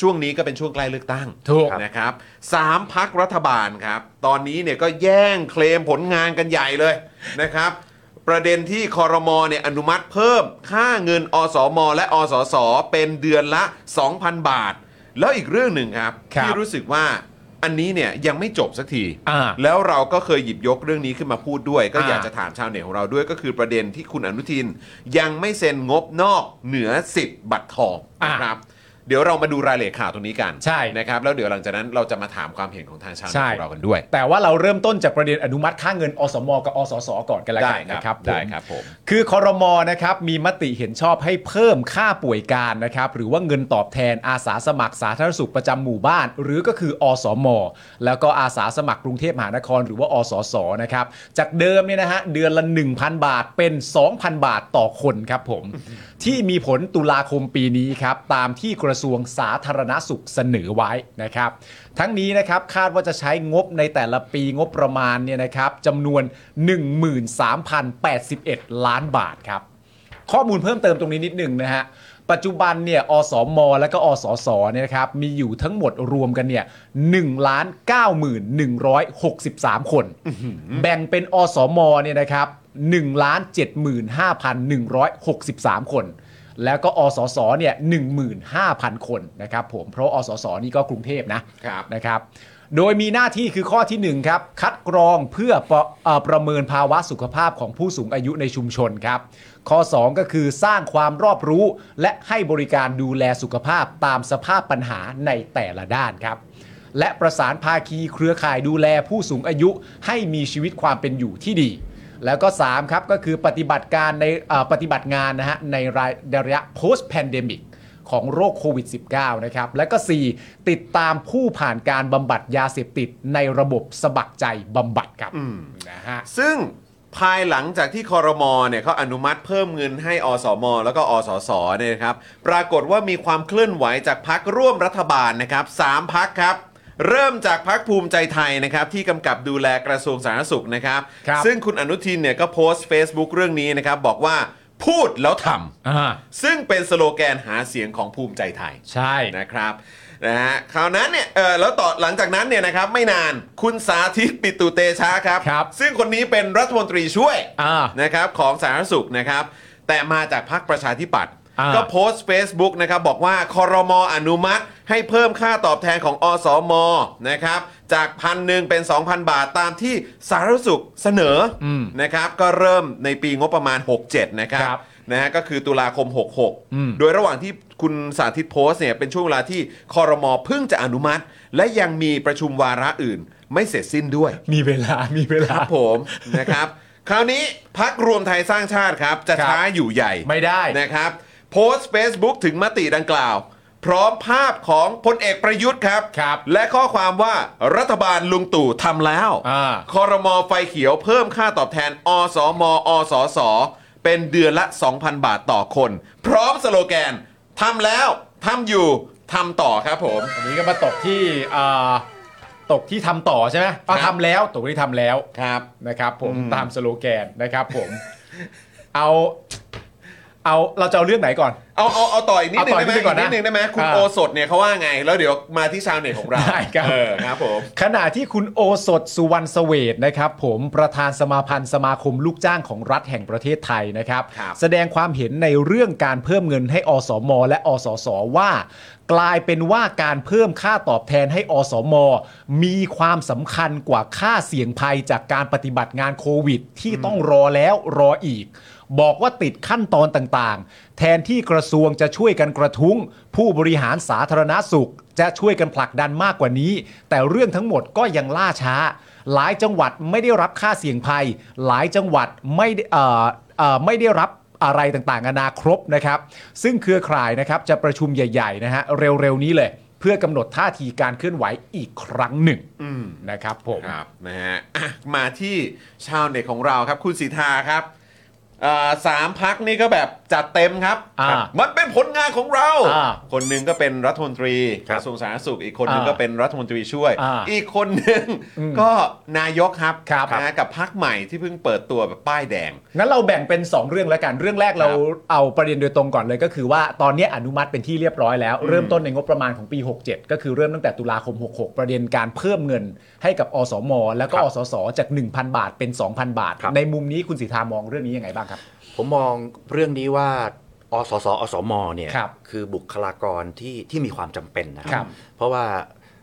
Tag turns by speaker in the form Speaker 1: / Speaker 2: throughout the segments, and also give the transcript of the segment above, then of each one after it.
Speaker 1: ช่วงนี้ก็เป็นช่วงใกล้เลือกตั้ง
Speaker 2: ถูก
Speaker 1: นะครับสามพักรัฐบาลครับ ตอนนี้เนี่ยก็แย่งเคลมผลงานกันใหญ่เลยนะครับ ประเด็นที่คอรมอเนี่ยอนุมัติเพิ่มค่าเงินอสม และอสส เป็นเดือนละ 2,000 บาท แล้วอีกเรื่องหนึ่งครับ
Speaker 2: ครับ
Speaker 1: ที่รู้สึกว่าอันนี้เนี่ยยังไม่จบสักที
Speaker 2: อ่า
Speaker 1: แล้วเราก็เคยหยิบยกเรื่องนี้ขึ้นมาพูดด้วย ก็อยาก
Speaker 2: อ่า
Speaker 1: จะ ถามชาวเน็ตของเราด้วยก็คือประเด็นที่คุณอนุทิน ยังไม่เซ็นงบนอกเหนือ 10 บัตรทอง
Speaker 2: อ่ะ
Speaker 1: นะครับ เดี๋ยวเรามาดูรายละเอียดข่าวตรงนี้กัน
Speaker 2: ใช่
Speaker 1: นะครับ แล้วเดี๋ยวหลังจากนั้นเราจะมาถามความเห็นของทางชาวเน็
Speaker 2: ใช่
Speaker 1: ตของเรากันด้วย
Speaker 2: แต่ว่าเราเริ่มต้นจากประเด็นอนุมัติค่าเงินอสม กับอสส ก่อนกันแล้วกัน
Speaker 1: ได้ครับ
Speaker 2: นะครับผม
Speaker 1: ได้ครับผม
Speaker 2: คือคอรมอนะครับมีมติเห็นชอบให้เพิ่มค่าป่วยการนะครับหรือว่าเงินตอบแทนอาสาสมัครสาธารณสุขประจำหมู่บ้าน หรือก็คืออสม แล้วก็อาสาสมัครกรุงเทพมหานครหรือว่าอสสนะครับจากเดิมเนี่ยนะฮะเดือนละ 1,000 บาทเป็น 2,000 บาทต่อคนครับผม ที่มีผลตุลาคมปีนี้ครับตามที่กระทรวงสาธารณสุขเสนอไว้นะครับ ทั้งนี้นะครับคาดว่าจะใช้งบในแต่ละปีงบประมาณเนี่ยนะครับจำนวน 13,081 ล้านบาทครับ ข้อมูลเพิ่มเติมตรงนี้นิดหนึ่งนะฮะ ปัจจุบันเนี่ยอสม และก็อสสเนี่ยนะครับมีอยู่ทั้งหมดรวมกันเนี่ยหนึ่งล้านเก้าหมื่นหนึ่งร้อยหกสิบสามคน แบ่งเป็นอสมเนี่ยนะครับหนึ่งล้านเจ็ดหมื่นห้าพันหนึ่งร้อยหกสิบสามคน แล้วก็อสสเนี่ยหนึ่งหมื่นห้าพันคนนะครับผมเพราะอสสนี่ก็กรุงเทพนะ
Speaker 1: ครับ
Speaker 2: นะครับ โดยมีหน้าที่คือข้อทีหนึ่1ครับ คัดกรองเพื่อประเอ่อประเมินภาวะสุขภาพของผู้สูงอายุในชุมชนครับ ข้อ 2 ก็คือสร้างความรอบรู้ และให้บริการดูแลสุขภาพตามสภาพปัญหาในแต่ละด้านครับ และประสานภาคีเครือข่ายดูแลผู้สูงอายุให้มีชีวิตความเป็นอยู่ที่ดี แล้วก็ 3 ครับก็คือปฏิบัติการในเอ่อปฏิบัติงานนะฮะในรายในระยะ post pandemic ของโรคโควิด -19 นะครับ และก็ 4 ติดตามผู้ผ่านการบำบัดยาเสพติดในระบบสมัครใจบำบัดครับนะฮะ
Speaker 1: ซึ่งภายหลังจากที่คอรมอเนี่ยเขาอนุมัติเพิ่มเงินให้อสม แล้วก็อสสเนี่ยนะครับ ปรากฏว่ามีความเคลื่อนไหวจากพักร่วมรัฐบาลนะครับสามพักครับ เริ่มจากพักภูมิใจไทยนะครับ ที่กำกับดูแลกระทรวงสาธารณสุขนะครับ
Speaker 2: ครับ
Speaker 1: ซึ่งคุณอนุทินเนี่ยก็โพสต์ Facebook เรื่องนี้นะครับ บอกว่าพูดแล้วท
Speaker 2: อ่า
Speaker 1: ำซึ่งเป็นสโลแกนหาเสียงของภูมิใจไทย
Speaker 2: ใช่
Speaker 1: นะครับนะฮะคราวนั้นเนี่ยเออแล้วต่อหลังจากนั้นเนี่ยนะครับไม่นานคุณสาธิตปิตุเตชะครับ ซึ่งคนนี้เป็นรัฐมนตรีช่วย
Speaker 2: อ่า
Speaker 1: นะครับของสาธารณสุขนะครับ แต่มาจากพรรคประชาธิปัตย์
Speaker 2: อ่า
Speaker 1: ก็โพสต์ Facebook นะครับบอกว่าคอรมออนุมัติให้เพิ่มค่าตอบแทนของอสมนะครับจากพันหนึ่งเป็น 2,000 บาทตามที่สาธารณสุขเสนออ
Speaker 2: ม
Speaker 1: นะครับก็เริ่มในปีงบประมาณ 67 นะครับ
Speaker 2: ครับ
Speaker 1: นะฮะก็คือตุลาคม
Speaker 2: อืม
Speaker 1: 66 โดยระหว่างที่คุณสาธิตโพสต์เนี่ยเป็นช่วงเวลาที่คอรมอเพิ่งจะอนุมัติ และยังมีประชุมวาระอื่น ไม่เสร็จสิ้นด้วย
Speaker 2: มีเวลามีเว
Speaker 1: ค
Speaker 2: ลา
Speaker 1: รับผม นะครับ คราวนี้พักรวมไทยสร้างชาติครับ จะ
Speaker 2: ครับ
Speaker 1: ช้าอยู่ใหญ่
Speaker 2: ไม่ได้
Speaker 1: นะครับ โพสต์ Facebook ถึงมติดังกล่าว พร้อมภาพของพลเอกประยุทธ์ครับ
Speaker 2: ครับ
Speaker 1: และข้อความว่ารัฐบาลลุงตู่ทำแล้ว
Speaker 2: อ่า
Speaker 1: คอรมอไฟเขียวเพิ่มค่าตอบแทน อสม อสส เป็นเดือนละ 2,000 บาทต่อคน พร้อมสโลแกนทำแล้วทำอยู่ทำต่อครับผม
Speaker 2: อันนี้ก็มาตกที่อ่าตกที่ทำต่อใช่ไหมเอา
Speaker 1: ครับ
Speaker 2: ทำแล้วตกที่ทำแล้ว
Speaker 1: ครับ
Speaker 2: นะครับผมตามสโลแกนนะครับผม เอาเอาเราจะเอาเรื่องไหนก่อน
Speaker 1: เอาเอาเอาต่ออีกนิดนึง
Speaker 2: เอาต่อ
Speaker 1: ได้ไหม
Speaker 2: นิดนึงก่อนนะ
Speaker 1: นิดนึงได้ไหมคุณ
Speaker 2: อ่า
Speaker 1: โอสดเนี่ยเขาว่าไง แล้วเดี๋ยวมาที่ชาวเน็ตของเรา
Speaker 2: ได้ครับ
Speaker 1: เออครับผม
Speaker 2: ขณะที่คุณโอสถสุวรรณเสเวตนะครับผมประธานสมาพันธ์สมาคมลูกจ้างของรัฐแห่งประเทศไทยนะครับ
Speaker 1: ครับ
Speaker 2: แสดงความเห็นในเรื่องการเพิ่มเงินให้อสม และอสสว่า กลายเป็นว่าการเพิ่มค่าตอบแทนให้อสม มีความสำคัญกว่าค่าเสี่ยงภัยจากการปฏิบัติงานโควิด ที่ต้องรอแล้วรออีก บอกว่าติดขั้นตอนต่างๆ แทนที่กระทรวงจะช่วยกันกระทุ้ง ผู้บริหารสาธารณสุข จะช่วยกันผลักดันมากกว่านี้ แต่เรื่องทั้งหมดก็ยังล่าช้า หลายจังหวัดไม่ได้รับค่าเสี่ยงภัย หลายจังหวัดไม่ได้เอ่อเอ่อไม่ได้รับอะไรต่างๆนานาครบนะครับ ซึ่งเครือข่ายนะครับจะประชุมใหญ่ๆนะฮะเร็วๆนี้เลย เพื่อกำหนดท่าทีการเคลื่อนไหวอีกครั้งหนึ่งนะครับผม
Speaker 1: ครับนะฮะอ่ะมาที่ชาวเน็ตของเราครับ คุณสีทาครับ อ่าสามพักนี่ก็แบบจัดเต็มครับ
Speaker 2: อ่า
Speaker 1: มันเป็นผลงานของเรา
Speaker 2: อ่า
Speaker 1: คนหนึ่งก็เป็นรัฐมนตรี
Speaker 3: ค
Speaker 1: ก
Speaker 3: รับ
Speaker 1: ระทรวงสาธารณสุข อีกคนหนึง
Speaker 2: อ่า
Speaker 1: ก็เป็นรัฐมนตรีช่วย
Speaker 2: อ่า
Speaker 1: อีกคนหนึ่ง
Speaker 2: อืม
Speaker 1: ก็นายกครับ
Speaker 2: ครับ
Speaker 1: นะกับพักใหม่ที่เพิ่งเปิดตัวแบบป้ายแดง
Speaker 2: งั้นเราแบ่งเป็น 2 เรื่องแล้วกัน เรื่องแรกเรา
Speaker 1: ครับ
Speaker 2: เอาประเด็นโดยตรงก่อนเลยก็คือว่าตอนนี้อนุมัติเป็นที่เรียบร้อยแล้ว เริ่มต้นในงบประมาณของปี 67 ก็คือเริ่มตั้งแต่ตุลาคม 66 ประเด็นการเพิ่มเงินให้กับอสม แล้วก็
Speaker 3: ครับ
Speaker 2: อสสจาก 1,000 บาทเป็น 2,000 บาท
Speaker 3: ครับ
Speaker 2: ในมุมนี้คุณสิทธามองเรื่องนี้ยังไงบ้างครับ
Speaker 3: ผมมองเรื่องนี้ว่าอสสอสมเนี่ย
Speaker 2: ครับ
Speaker 3: คือบุคลากรที่ที่มีความจำเป็นนะค
Speaker 2: ครั
Speaker 3: รับ เพราะว่า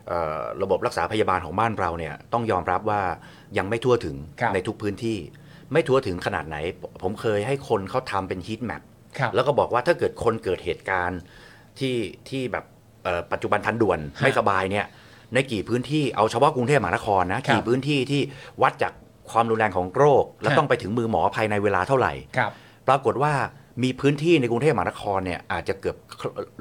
Speaker 3: เอ่อระบบรักษาพยาบาลของบ้านเราเนี่ยต้องยอมรับว่ายังไม่ทั่วถึง
Speaker 2: ครับ
Speaker 3: ในทุกพื้นที่ ไม่ทั่วถึงขนาดไหน ผมเคยให้คนเขาทำเป็นฮีทแมป
Speaker 2: ครับ
Speaker 3: แล้วก็บอกว่าถ้าเกิดคนเกิดเหตุการณ์ที่ที่แบบเอ่อปัจจุบันทันด่วน
Speaker 2: ฮะ
Speaker 3: ไม่สบายเนี่ยในกี่พื้นที่เอาเฉพาะกรุงเทพมหานครนะครับ กี่พื้นที่ที่วัดจากความรุนแรงของโรค และ
Speaker 2: ฮะ
Speaker 3: ต้องไปถึงมือหมอภายในเวลาเท่าไหร่
Speaker 2: ครับ
Speaker 3: ปรากฏว่ามีพื้นที่ในกรุงเทพมหานครเนี่ยอาจจะเกือบ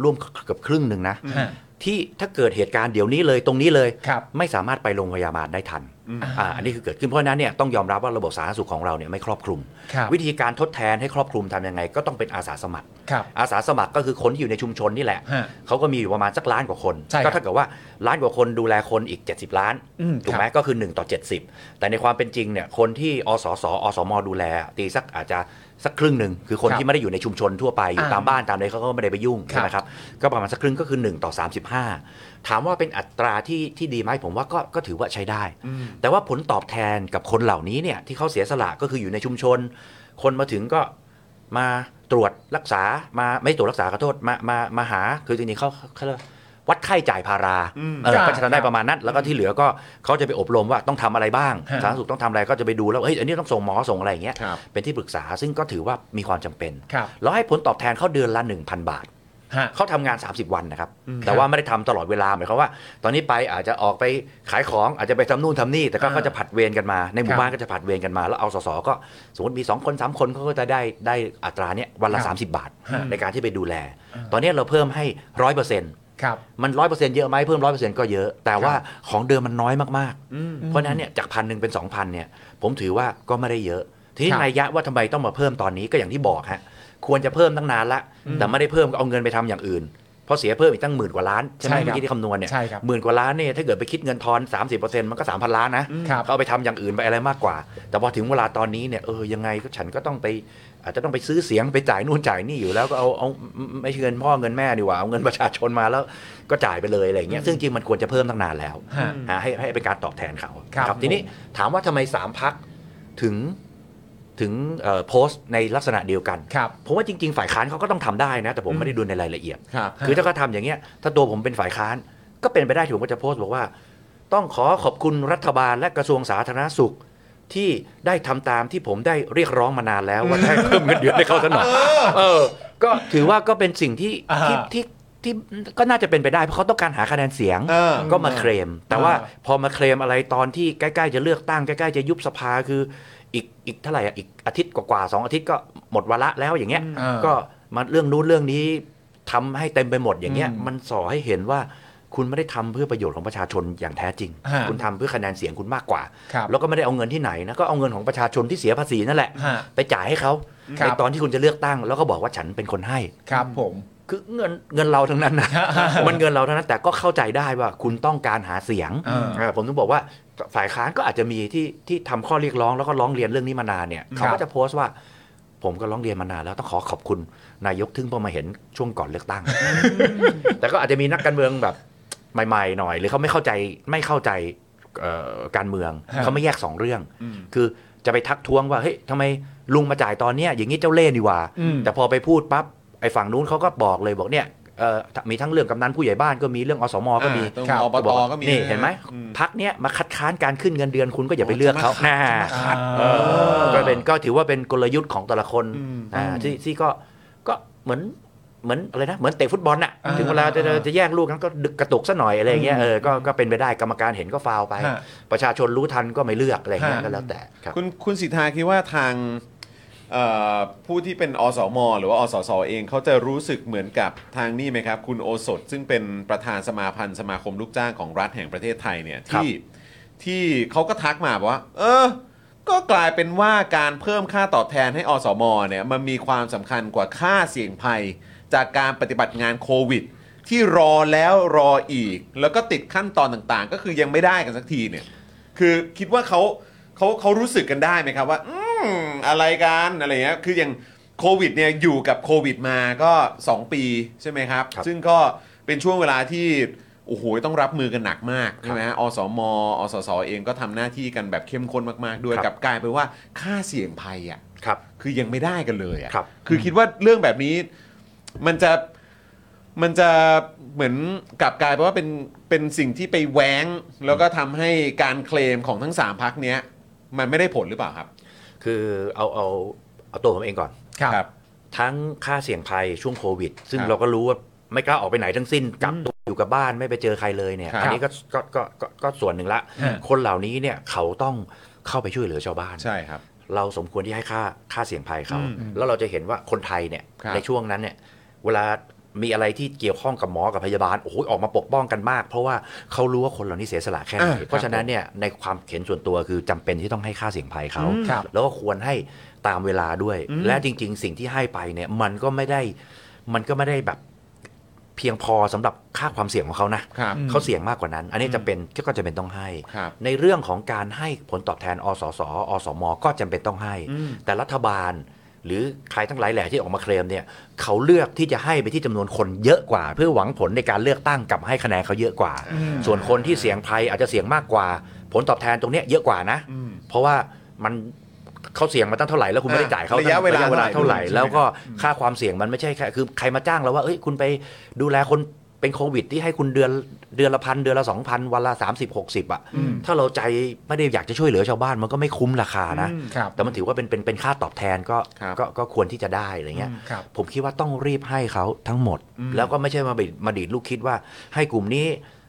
Speaker 3: ร่วมเกือบครึ่งหนึ่งนะ
Speaker 2: ฮะ
Speaker 3: ที่ถ้าเกิดเหตุการณ์เดี๋ยวนี้เลยตรงนี้เลย
Speaker 2: ครับ
Speaker 3: ไม่สามารถไปโรงพยาบาลได้ทัน
Speaker 1: อืม
Speaker 3: อาอันนี้คือเกิดขึ้นเพราะฉะนั้นเนี่ยต้องยอมรับว่าระบบสาธารณสุขของเราเนี่ยไม่ครอบคลุม
Speaker 2: ครับ
Speaker 3: วิธีการทดแทนให้ครอบคลุมทำยังไง ก็ต้องเป็นอาสาสมัคร
Speaker 2: ครับ
Speaker 3: อาสาสมัครก็คือคนที่อยู่ในชุมชนนี่แหละ
Speaker 2: ฮะ
Speaker 3: เขาก็มีอยู่ประมาณสักล้านกว่าคน
Speaker 2: ใช่ครับ
Speaker 3: ก็เท่ากับว่าล้านกว่าคนดูแลคนอีก 70 ล้าน
Speaker 2: อืม
Speaker 3: ถูกไหมก็คือ 1 ต่อ 70 แต่ในความเป็นจริงเนี่ยคนที่อสสอสมดูแล ตีสักอาจจะสักครึ่งหนึ่งคือคน
Speaker 2: ครับ
Speaker 3: ที่ไม่ได้อยู่ในชุมชนทั่วไปอยู่
Speaker 2: อ่า
Speaker 3: ตามบ้านตามอะไรเขาก็ไม่ได้ไปยุ่ง
Speaker 2: ครับ
Speaker 3: ใช่ไหมครับก็ประมาณสักครึ่งก็คือ 1 ต่อ 35 ถามว่าเป็นอัตราที่ที่ดีไหมผมว่าก็ก็ถือว่าใช้ได้ แต่ว่าผลตอบแทนกับคนเหล่านี้เนี่ยที่เขาเสียสละก็คืออยู่ในชุมชน คนมาถึงก็มาตรวจรักษามาไม่ตรวจรักษาขอโทษมามามาหาคือจริงๆเขาเขาเรียกว่าวัดไข้จ่ายพารา
Speaker 1: อืม
Speaker 3: เออ
Speaker 2: จ้ะ
Speaker 3: ก็จะทำได้ประมาณนั้น แล้วก็ที่เหลือก็เขาจะไปอบรมว่าต้องทำอะไรบ้าง
Speaker 2: ฮะ
Speaker 3: สาธารณสุขต้องทำอะไรก็จะไปดูแล้วเฮ้ยอันนี้ต้องส่งหมอส่งอะไรอย่างเงี้ย
Speaker 1: ครับ
Speaker 3: เป็นที่ปรึกษาซึ่งก็ถือว่ามีความจำเป็น
Speaker 2: ครับ
Speaker 3: แล้วให้ผลตอบแทนเขาเดือนละ 1,000 บาท
Speaker 2: ฮะ
Speaker 3: เขาทำงาน 30 วันนะครับ
Speaker 1: อืม
Speaker 3: แต่ว่าไม่ได้ทำตลอดเวลาหมายความว่า ตอนนี้ไปอาจจะออกไปขายของอาจจะไปทำนู่นทำนี่ แต่ก็
Speaker 2: อ่า
Speaker 3: ก็จะผัดเวรกันมา ในห
Speaker 2: ครั
Speaker 3: มู่
Speaker 2: บ
Speaker 3: บ้านก็จะผัดเวรกันมา แล้วเอาสสก็สมมติมี 2 คน 3 คนเขาก็จะได้ได้อัตราเนี้ยวันละ
Speaker 2: ครับ
Speaker 3: 30 บาท
Speaker 2: ฮะ
Speaker 3: ในการที่ไปดูแล
Speaker 2: อ่า
Speaker 3: ตอนนี้เราเพิ่มให้ร้อยเปอร์เซ็นต์
Speaker 2: ครับ
Speaker 3: มันร้อยเปอร์เซ็นต์เยอะไหมเพิ่มร้อยเปอร์เซ็นต์ก็เยอะ แต่ว่าของเดิมมันน้อยมาก
Speaker 1: อืม
Speaker 3: ๆ เพราะฉะนั้นเนี่ยจากพันหนึ่งเป็น 2,000เนี่ยผมถือว่าก็ไม่ได้เยอะ ทีนี้
Speaker 2: ครับ
Speaker 3: นัยยะว่าทำไมต้องมาเพิ่มตอนนี้ก็อย่างที่บอกฮะควรจะเพิ่มตั้งนานละแต่ไม่ได้เพิ่มก็เอาเงินไปทำอย่างอื่น เพราะเสียเพิ่มอีกตั้งหมื่นกว่าล้านใช่ไหม
Speaker 2: ใช่ครับ
Speaker 3: เมื่อกี้ที่คำนวณเนี่ย
Speaker 2: ใช่ครับ
Speaker 3: หมื่นกว่าล้านเนี่ยถ้าเกิดไปคิดเงินทอน 30%มันก็ 3,000 ล้านนะครับ ก็เอาไปทำอย่างอื่นไปอะไรมากกว่า แต่พอถึงเวลาตอนนี้เนี่ยเออยังไงก็ฉันก็ต้องไปอาจจะต้องไปซื้อเสียงไปจ่ายนู่นจ่ายนี่อยู่แล้วก็เอาเอาไม่ใช่เงินพ่อเงินแม่ดีกว่าเอาเงินประชาชนมาแล้วก็จ่ายไปเลยอะไรอย่างเงี้ยซึ่งจริงมันควรจะเพิ่มตั้งนานแล้ว
Speaker 2: ฮะ
Speaker 3: อ่าให้ให้เป็นการตอบแทนเขา
Speaker 2: ครับ
Speaker 3: ทีนี้
Speaker 2: ผม
Speaker 3: ถามว่าทำไมสามพักถึงถึงโพสต์ในลักษณะเดียวกัน
Speaker 2: ครับ
Speaker 3: ผมว่าจริง ๆ ฝ่ายค้านเขาก็ต้องทำได้นะ แต่ผมไม่ได้ดูในรายละเอียด
Speaker 1: ครับ
Speaker 3: คือถ้าเขาทำอย่างเงี้ยถ้าตัวผมเป็นฝ่ายค้านก็เป็นไปได้ที่ผมก็จะโพสต์บอกว่า ต้องขอขอบคุณรัฐบาลและกระทรวงสาธารณสุข ที่ได้ทำตามที่ผมได้เรียกร้องมานานแล้วว่าให้เพิ่มเงินเดือนให้เขาสักหน่อยเออ ก็ถือว่าก็เป็นสิ่งที่
Speaker 2: อ่า
Speaker 3: ที่ที่ที่ก็น่าจะเป็นไปได้เพราะเขาต้องการหาคะแนนเสียง
Speaker 1: เออ
Speaker 3: ก็มาเคลม แต่
Speaker 2: อ่า
Speaker 3: ว่าพอมาเคลมอะไรตอนที่ใกล้ๆจะเลือกตั้งใกล้ๆจะยุบสภาคืออีกอีกเท่าไหร่อ่ะอีกอาทิตย์กว่าๆสองอาทิตย์ก็หมดวาระแล้วอย่างเงี้ย
Speaker 2: อ่า
Speaker 3: ก็มาเรื่องนู้นเรื่องนี้ทำให้เต็มไปหมดอย่างเงี้ย
Speaker 2: อืม
Speaker 3: มันสอให้เห็นว่าคุณไม่ได้ทำเพื่อประโยชน์ของประชาชนอย่างแท้จริง
Speaker 2: ฮะ
Speaker 3: คุณทำเพื่อคะแนนเสียงคุณมากกว่า
Speaker 2: ครับ
Speaker 3: แล้วก็ไม่ได้เอาเงินที่ไหนนะก็เอาเงินของประชาชนที่เสียภาษีนั่นแหละ
Speaker 2: ฮะ
Speaker 3: ไปจ่ายให้เขา
Speaker 2: ครับ
Speaker 3: ในตอนที่คุณจะเลือกตั้ง แล้วก็บอกว่าฉันเป็นคนให้
Speaker 2: ครับผม
Speaker 3: คือเงินเงินเราทั้งนั้นนะ มันเงินเราทั้งนั้นแต่ก็เข้าใจได้ว่าคุณต้องการหาเสียง
Speaker 2: อ่า
Speaker 3: เออผมถึงบอกว่าฝ่ายค้านก็อาจจะมีที่ที่ทำข้อเรียกร้องแล้วก็ร้องเรียนเรื่องนี้มานานเนี่ย
Speaker 2: ครั
Speaker 3: เขา
Speaker 2: บ
Speaker 3: ก็จะโพสต์ว่า ผมก็ร้องเรียนมานานแล้วต้องขอขอบคุณนายกทึ่งเพิ่งมาเห็นช่วงก่อนเลือก ตั้ง แต่ก็อาจจะมีนักการเมืองแบบใหม่ๆหน่อย หรือเขาไม่เข้าใจไม่เข้าใจเอ่อการเมือง
Speaker 2: ฮะ
Speaker 3: เขาไม่แยกสองเรื่อง
Speaker 1: อืม
Speaker 3: คือจะไปทักท้วงว่าเฮ้ยทำไมลุงมาจ่ายตอนเนี้ยอย่างนี้เจ้าเล่ห์ดีหว่า
Speaker 2: อืม
Speaker 3: แต่พอไปพูดปั๊บไอ้ฝั่งนู้นเขาก็บอกเลยบอกเนี่ยเอ่อมีทั้งเรื่องกำนันผู้ใหญ่บ้านก็มีเรื่องอสมก็มี
Speaker 1: อ่าตรง
Speaker 2: ครับ
Speaker 1: อบ
Speaker 3: ก็
Speaker 1: ต
Speaker 3: บอกว่า
Speaker 1: ก็มี
Speaker 3: นี่เห็นไหม
Speaker 1: อื
Speaker 3: พักเนี้ยมาคัดค้านการขึ้นเงินเดือนคุณก็อย่าไปเลือกเขาน่า
Speaker 2: อ่า
Speaker 3: เออก็เป็นก็ถือว่าเป็นกลยุทธ์ของแต่ละคน
Speaker 1: อืม
Speaker 3: อ่าที่ที่ก็ก็เหมือนเหมือนอะไรนะเหมือนเตะฟุตบอลน่ะ
Speaker 2: อ่า
Speaker 3: ถึงเวลาจะจะจะแยกลูกนั้นก็ดึกกระตุกซะหน่อยอะไรอย่างเงี้ย
Speaker 2: อืม
Speaker 3: เออก็ก็เป็นไปได้กรรมการเห็นก็ฟาวล์ไป
Speaker 2: ฮะ
Speaker 3: ประชาชนรู้ทันก็ไม่เลือกอะไรอย่างเงี้ย
Speaker 2: ฮะ
Speaker 3: ก็แล้วแต่ครับ
Speaker 1: คุณคุณสิทธาคิดว่าทางเอ่อผู้ที่เป็นอสม หรือว่าอสสเองเขาจะรู้สึกเหมือนกับทางนี่ไหมครับ คุณโอสถซึ่งเป็นประธานสมาพันธ์สมาคมลูกจ้างของรัฐแห่งประเทศไทยเนี่ย
Speaker 3: ครับ
Speaker 1: ที่ที่เขาก็ทักมาบอกว่า เออ ก็กลายเป็นว่าการเพิ่มค่าตอบแทนให้อสมเนี่ยมันมีความสำคัญกว่าค่าเสี่ยงภัย จากการปฏิบัติงานโควิด ที่รอแล้วรออีก แล้วก็ติดขั้นตอนต่างๆ ก็คือยังไม่ได้กันสักทีเนี่ย คือคิดว่าเขาเขาเขารู้สึกกันได้ไหมครับว่า อืมอะไรกันอะไรเงี้ยคืออย่างโควิดเนี่ยอยู่กับโควิดมาก็ 2 ปีใช่ไหมครับ
Speaker 3: ครับ
Speaker 1: ซึ่งก็เป็นช่วงเวลาที่โอ้โหต้องรับมือกันหนักมากใช่ไหมฮะอสมอสสเองก็ทำหน้าที่กันแบบเข้มข้นมากๆ ด้วย
Speaker 3: ครับ
Speaker 1: กับกลายไปนว่าค่าเสี่ยงภัยอ่ะ
Speaker 3: ครับ
Speaker 1: คือยังไม่ได้กันเลย
Speaker 3: ครั
Speaker 1: อะ่ะ
Speaker 3: บ
Speaker 1: คือคิดว่าเรื่องแบบนี้มันจะมันจะเหมือนกลับกลายไปนว่าเป็นเป็นสิ่งที่ไปแหวงแล้วก็ทำให้การเคลมของทั้ง 3พักเนี้ย มันไม่ได้ผลหรือเปล่าครับ
Speaker 3: คือเอาเอาเอาตัวผมเองก่อน
Speaker 2: ครับ
Speaker 3: ทั้งค่าเสี่ยงภัยช่วงโควิด ซึ่ง
Speaker 1: ครับ
Speaker 3: เราก็รู้ว่าไม่กล้าออกไปไหนทั้งสิ้นกักตัวอยู่กับบ้านไม่ไปเจอใครเลยเนี่ย
Speaker 2: ครับ
Speaker 3: อันี้ก็ก็ก็ก็ก็ส่วนหนึ่งละ
Speaker 2: ฮะ
Speaker 3: คนเหล่านี้เนี่ยเขาต้องเข้าไปช่วยเหลือชาวบ้าน
Speaker 1: ใช่ครับ
Speaker 3: เราสมควรที่ให้ค่าค่าเสี่ยงภัยเขา
Speaker 1: อืม
Speaker 3: แล้วเราจะเห็นว่าคนไทยเนี่ย
Speaker 1: ครับ
Speaker 3: ในช่วงนั้นเนี่ยเวลามีอะไรที่เกี่ยวข้องกับหมอกับพยาบาลโอ้โหออกมาปกป้องกันมาก เพราะว่าเขารู้ว่าคนเหล่านี้เสียสละแค่ไหน
Speaker 1: อ่า
Speaker 3: เพราะฉะนั้นเนี่ยในความเห็นส่วนตัวคือจำเป็นที่ต้องให้ค่าเสี่ยงภัยเขา
Speaker 1: อืม
Speaker 2: ครับ
Speaker 3: แล้วก็ควรให้ตามเวลาด้วย
Speaker 1: อืม
Speaker 3: และจริง ๆ สิ่งที่ให้ไปเนี่ยมันก็ไม่ได้มันก็ไม่ได้แบบเพียงพอสำหรับค่าความเสี่ยงของเขานะครับ
Speaker 2: อืม
Speaker 3: เขาเสี่ยงมากกว่านั้น อันนี้จะเป็นก็จะเป็นต้องให้
Speaker 1: ครับ
Speaker 3: ในเรื่องของการให้ผลตอบแทน อสส อสม ก็จำเป็นต้องให้
Speaker 1: อืม
Speaker 3: แต่รัฐบาล หรือใครทั้งหลายแหล่ที่ออกมาเคลมเนี่ยเขาเลือกที่จะให้ไปที่จำนวนคนเยอะกว่า เพื่อหวังผลในการเลือกตั้งกับให้คะแนนเขาเยอะกว่า ส่วนคนที่เสียงภัยอาจจะเสียงมากกว่า ผลตอบแทนตรงเนี้ยเยอะกว่านะ
Speaker 1: อืม
Speaker 3: เพราะว่ามันเขาเสี่ยงมาตั้งเท่าไหร่แล้วคุณ
Speaker 1: อ่ะ
Speaker 3: ไม่ได้จ่ายเขา
Speaker 1: ระยะเวลา
Speaker 3: เท่าไหร่
Speaker 1: เท่าไหร่
Speaker 3: แล้วก็
Speaker 1: ใช่ไหมครับ
Speaker 3: ค่าความเสี่ยงมันไม่ใช่แค่คือใครมาจ้างเราว่าเอ้ยคุณไปดูแลคนเป็นโควิดที่ให้คุณเดือนเดือนละพันเดือนละสองพันวันละ 30 60 อ่ะ
Speaker 2: อืม
Speaker 3: ถ้าเราใจไม่ได้อยากจะช่วยเหลือชาวบ้านมันก็ไม่คุ้มราคานะ
Speaker 1: อืม
Speaker 2: ครับ
Speaker 3: แต่มันถือว่าเป็นเป็นเป็นค่าตอบแทนก็
Speaker 1: ครับ
Speaker 3: ก็ก็ควรที่จะได้อะไรเงี้ย
Speaker 2: ครับ
Speaker 3: ผมคิดว่าต้องรีบให้เขาทั้งหมด แล้วก็ไม่ใช่มาบิดมาดีดลูกคิดว่า ให้กลุ่มนี้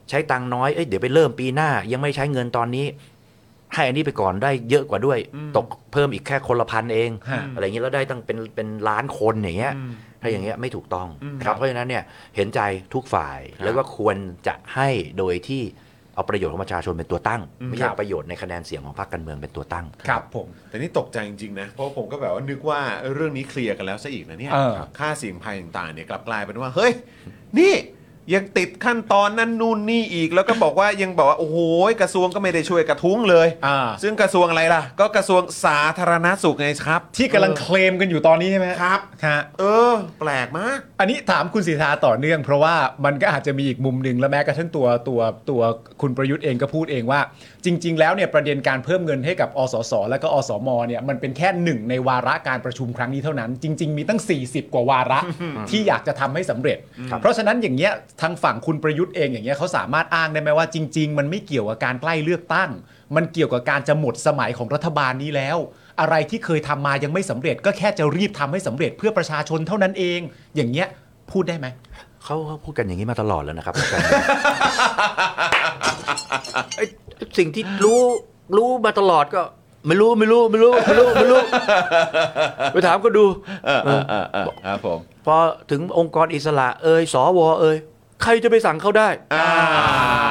Speaker 3: ใช้ตังค์น้อยเอ้ยเดี๋ยวไปเริ่มปีหน้า ยังไม่ใช้เงินตอนนี้ ให้อันนี้ไปก่อนได้เยอะกว่าด้วย
Speaker 1: อืม
Speaker 3: ตกเพิ่มอีกแค่คนละพันเอง
Speaker 2: ฮะ
Speaker 3: อะไรเงี้ยแล้วได้ตั้งเป็นเป็นล้านคนอย่างเงี้ยถ้าอย่างเงี้ยไม่ถูกต้อง
Speaker 1: อืม
Speaker 3: ครับเพราะฉะนั้นเนี่ยเห็นใจทุกฝ่าย
Speaker 1: ครับ
Speaker 3: แล้วก็ควรจะให้โดยที่เอาประโยชน์ของประชาชนเป็นตัวตั้ง
Speaker 1: อืม
Speaker 3: ไม่ใช่เอาประโยชน์ในคะแนนเสียงของพรรคการเมืองเป็นตัวตั้ง
Speaker 2: ครับผม
Speaker 1: แต่นี่ตกใจจริงๆนะ เพราะผมก็แบบว่านึกว่าเรื่องนี้เคลียร์กันแล้วซะอีกนะเนี่ย
Speaker 2: เออ
Speaker 1: ครับค่าเสี่ยงภัยต่างๆเนี่ยกลับกลายเป็นว่า เฮ้ย นี่ยังติดขั้นตอนนั่นนู่นนี่อีก แล้วก็บอกว่ายังบอกว่า โอ้โหกระทรวงก็ไม่ได้ช่วยกระทุ้งเลย
Speaker 2: อ่า
Speaker 1: ซึ่งกระทรวงอะไรล่ะ ก็กระทรวงสาธารณสุขไงครับ
Speaker 2: ที่กำลังเคลมกันอยู่ตอนนี้ใช่ไหม
Speaker 1: เออค
Speaker 2: ฮะ
Speaker 1: รับ
Speaker 2: ฮะ
Speaker 1: เออ แปลกมาก
Speaker 2: อันนี้ถามคุณสิทธาต่อเนื่อง เพราะว่ามันก็อาจจะมีอีกมุมหนึ่งและแม้กระทั่งตัวตัวตัวคุณประยุทธ์เองก็พูดเองว่า จริง ๆ แล้วเนี่ยประเด็นการเพิ่มเงินให้กับอสส และก็อสมเนี่ยมันเป็นแค่หนึ่งในวาระการประชุมครั้งนี้เท่านั้น จริง ๆ มีตั้ง 40 กว่าวาระ ที่อยากจะทำให้สำเร็จ
Speaker 3: ครับ
Speaker 2: เพราะฉะนั้นอย่างเงี้ยทางฝั่งคุณประยุทธ์เองอย่างเงี้ยเขาสามารถอ้างได้ไหมว่าจริง ๆ มันไม่เกี่ยวกับการใกล้เลือกตั้ง มันเกี่ยวกับการจะหมดสมัยของรัฐบาลนี้แล้ว อะไรที่เคยทำมายังไม่สำเร็จ ก็แค่จะรีบทำให้สำเร็จเพื่อประชาชนเท่านั้นเอง อย่างเงี้ยพูดได้ไหม
Speaker 3: เขาเขาพูดกันอย่างนี้มาตลอดแล้ว นะครับ ไอ้สิ่งที่รู้รู้มาตลอดก็ไม่รู้ไม่รู้ไม่รู้ไม่รู้ไม่รู้ ไปถามก็ดู
Speaker 1: เออเออเออเออครับผม
Speaker 3: พอถึงองค์กรอิสระเอ่ยสวเอ่ยใครจะไปสั่งเขาได้
Speaker 1: อ่า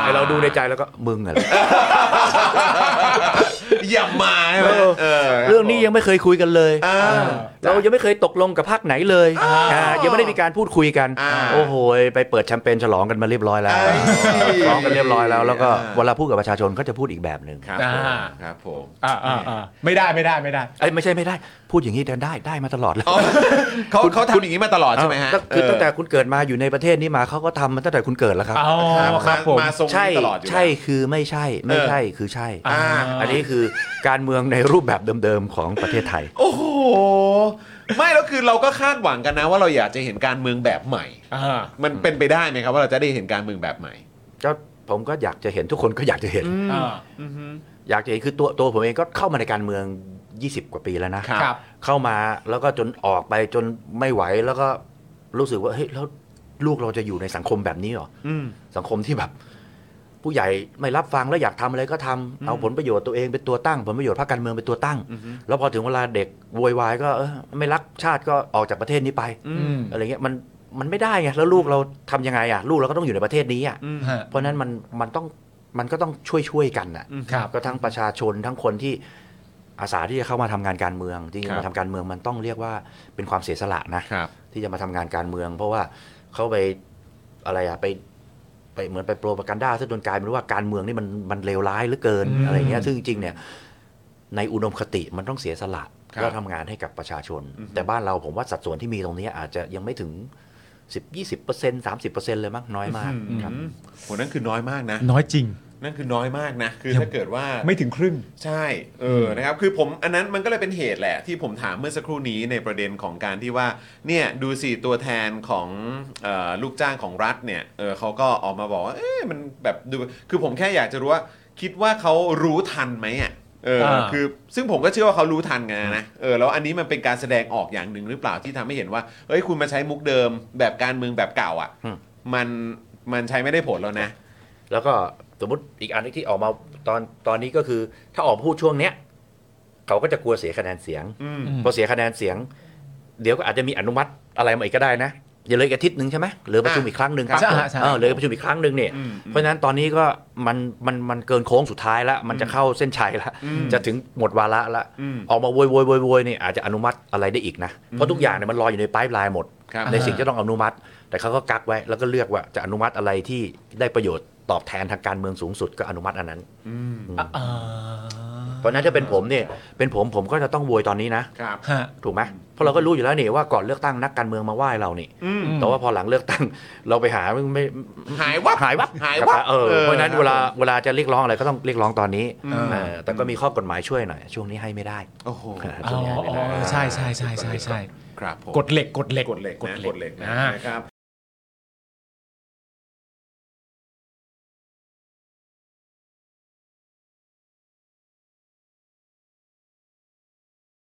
Speaker 3: ไอเราดูในใจแล้วก็มึงอะ
Speaker 1: อย่ามาใช่ไหม
Speaker 3: เออ
Speaker 1: เออคบ
Speaker 3: เรื่องนี้ยังไม่เคยคุยกันเลย
Speaker 1: อ่า
Speaker 3: เรายังไม่เคยตกลงกับพรรคไหนเลยอ่ายังไม่ได้มีการพูดคุยกัน
Speaker 1: อ่า
Speaker 3: โอ้โหยไปเปิดแชมเปญฉลองกันมาเรียบร้อยแล้ว
Speaker 1: เอ้ย
Speaker 3: ร้องกันเรียบร้อยแล้ว แล้วก็
Speaker 1: อ่า
Speaker 3: เวลาพูดกับประชาชนก็จะพูดอีกแบบหนึ่ง
Speaker 1: ครับ
Speaker 2: อ่า
Speaker 1: ผมครับผม
Speaker 2: อ่าอ่าอ่าไม่ได้ไม่ได้ไม่ได้
Speaker 3: เอ้ยไม่ใช่ไม่ได้ พูดอย่างนี้กันได้ได้มาตลอดแล้ว
Speaker 1: อ๋อเขาเขาทำอย่างนี้มาตลอดใช่ไหมฮะ
Speaker 3: ก็คือตั้งแต่
Speaker 1: เ
Speaker 3: คุณเกิดมาอยู่ในประเทศนี้มาเขาก็ทำมาตั้งแต่คุณเกิดแล้วครับ
Speaker 2: อ๋อ
Speaker 1: ออ
Speaker 2: ครับผม
Speaker 1: มาทรง
Speaker 3: ใช่
Speaker 1: นี้ตลอดอยู่แล้ว
Speaker 3: ใช่คือไม่ใช่ไม่
Speaker 1: เออ
Speaker 3: ใช่คือใช่
Speaker 2: อ่า
Speaker 1: อ่า
Speaker 3: อันนี้คือการเมืองในรูปแบบเดิมๆของประเทศไทย
Speaker 1: โอ้โห ไม่แล้วคือเราก็คาดหวังกันนะ ว่าเราอยากจะเห็นการเมืองแบบใหม่
Speaker 2: อ่า
Speaker 1: มันเป็นไปได้ไหมครับ ว่าเราจะได้เห็นการเมืองแบบใหม่
Speaker 3: ก็ผมก็อยากจะเห็นทุกคนก็อยากจะเห็น
Speaker 2: อ่า
Speaker 3: อยากจะเห็นคือตัวตัวผมเองก็เข้ามาในการเมือง 20 กว่าปีแล้วนะ
Speaker 1: ครับ
Speaker 3: เข้ามาแล้วก็จนออกไปจนไม่ไหวแล้วก็รู้สึกว่าเฮ้ยแล้วลูกเราจะอยู่ในสังคมแบบนี้เหรอ
Speaker 1: อืม
Speaker 3: สังคมที่แบบ ผู้ใหญ่ไม่รับฟังแล้วอยากทำอะไรก็ทำเอาผลประโยชน์ตัวเองเป็นตัวตั้ง ผลประโยชน์พรรคการเมืองเป็นตัวตั้ง แล้วพอถึงเวลาเด็กโวยวายก็เออไม่รักชาติก็ออกจากประเทศนี้ไป
Speaker 1: อื
Speaker 2: ม
Speaker 3: อะไรเงี้ยมันมันไม่ได้ไงแล้วลูกเราทำยังไงอ่ะลูกเราก็ต้องอยู่ในประเทศนี้อ่ะ
Speaker 1: อืม
Speaker 2: ฮะ
Speaker 3: เพราะฉะนั้นมันมันต้องมันก็ต้องช่วยช่วยๆกันน่ะ
Speaker 1: อืม
Speaker 2: ครับ
Speaker 3: ก็ทั้งประชาชนทั้งคนที่ อาสาที่จะเข้ามาทำงานการเมืองจริงๆมาทำการเมืองมันต้องเรียกว่าเป็นความเสียสละนะ
Speaker 1: ครับ
Speaker 3: ที่จะมาทำงานการเมือง เพราะว่าเขาไปอะไรอะไปไปเหมือนไปโปรปากันดาซึ่งจนกลายเป็นว่าการเมืองนี่มันมันเลวร้ายเหลือเกิน
Speaker 2: อืม
Speaker 3: อะไรเงี้ยซึ่งจริงๆเนี่ยในอุดมคติมันต้องเสียสละ
Speaker 1: ครับ
Speaker 3: ก็ทำงานให้กับประชาชน
Speaker 1: อือฮึ
Speaker 3: แต่บ้านเราผมว่าสัดส่วนที่มีตรงเนี้ยอาจจะยังไม่ถึง 10 20เปอร์เซ็นต์สามสิบเปอร์เซ็นต์เลยมั้งน้อยมากครับ
Speaker 1: อืมโหนั่นคือน้อยมากนะ
Speaker 2: น้อยจริง
Speaker 1: นั่นคือน้อยมากนะ คือ
Speaker 2: ยัง
Speaker 1: ถ้าเกิดว่า
Speaker 2: ไม่ถึงครึ่ง
Speaker 1: ใช่ เออ นะครับ คือผม อันนั้นมันก็เลยเป็นเหตุแหละ ที่ผมถามเมื่อสักครู่นี้ในประเด็นของการที่ว่า เนี่ย ดูสิ ตัวแทนของเออลูกจ้างของรัฐเนี่ย เออเขาก็ออกมาบอกว่า เอ๊ะมันแบบดู คือผมแค่อยากจะรู้ว่า คิดว่าเขารู้ทันไหมอ่ะ เออ
Speaker 2: อ่า
Speaker 1: คือ ซึ่งผมก็เชื่อว่าเขารู้ทันไงนะ เออ แล้วอันนี้มันเป็นการแสดงออกอย่างหนึ่งหรือเปล่าที่ทำให้เห็นว่า เอ้ย คุณมาใช้มุกเดิมแบบการเมืองแบบเก่าอ่ะ
Speaker 3: อืม
Speaker 1: มัน มันใช้ไม่ได้ผลแล้วนะ
Speaker 3: แล้วก็สมมติอีกอันที่ออกมาตอนตอนนี้ก็คือ ถ้าออกมาพูดช่วงเนี้ยเขาก็จะกลัวเสียคะแนนเสียง
Speaker 1: อืม
Speaker 3: พอเสียคะแนนเสียง เดี๋ยวก็อาจจะมีอนุมัติอะไรมาอีกก็ได้นะอย่าเลยอีกอาทิตย์หนึ่งใช่ไหมเหลือประชุมอีกครั้งหนึ่ง
Speaker 2: ครับ
Speaker 3: ปั๊บ
Speaker 2: ใช่ใช่
Speaker 3: เออเหลือประชุมอีกครั้งหนึ่งเนี่ย
Speaker 1: อืม
Speaker 3: เพราะฉะนั้นตอนนี้ก็มันมันมันเกินโค้งสุดท้ายละมันจะเข้าเส้นชัยละ
Speaker 1: อืม
Speaker 3: จะถึงหมดวาระละ
Speaker 1: อืม
Speaker 3: ออกมาโวยโวยโวยโวยเนี่ยอาจจะอนุมัติอะไรได้อีกนะเพราะทุกอย่างเนี่ยมันลอยอยู่ในไพป์ไลน์หมด
Speaker 1: ครับ
Speaker 3: ในสิ่งที่ต้องอนุมัติ แต่เขาก็กักไว้แล้วก็เลือกว่าจะอนุมัติอะไรที่ได้ประโยชน์ตอบแทนทางการเมืองสูงสุดก็อนุมัติอันนั้น
Speaker 1: อืม
Speaker 2: อ่า
Speaker 3: เพราะฉะนั้นถ้าเป็นผมเนี่ยเป็นผมผมก็จะต้องโวยตอนนี้นะ
Speaker 1: ครับ
Speaker 2: ฮะ
Speaker 3: ถูกไหมเพราะเราก็รู้อยู่แล้วนี่ว่าก่อนเลือกตั้งนักการเมืองมาไหว้เรานี่
Speaker 1: อืม
Speaker 2: ม
Speaker 3: แต่ว่าพอหลังเลือกตั้ง เราไปหาไม่ไม่
Speaker 1: หายวับ
Speaker 3: หายวับ
Speaker 1: หายวับ
Speaker 3: เออ
Speaker 1: เออ
Speaker 3: เพราะฉะนั้น
Speaker 1: ครับ
Speaker 3: เวลาเวลาจะเรียกร้องอะไรก็ต้องเรียกร้องตอนนี้
Speaker 1: อืม
Speaker 3: เออแต่ก็มีข้อกฎหมายช่วยหน่อย ช่วงนี้ให้ไม่ได้
Speaker 1: โอ้โห
Speaker 2: อ๋
Speaker 3: ช่ว
Speaker 2: อง
Speaker 3: นี้ให้ไม่
Speaker 2: อ๋
Speaker 3: ได้
Speaker 2: อใช่ใช่ใช่ใช่ใช่
Speaker 1: ครับผม
Speaker 2: กดเหล็กกดเหล็ก
Speaker 1: กดเหล็กนะกดเหล็กนะ
Speaker 2: อ่า
Speaker 1: นะครับ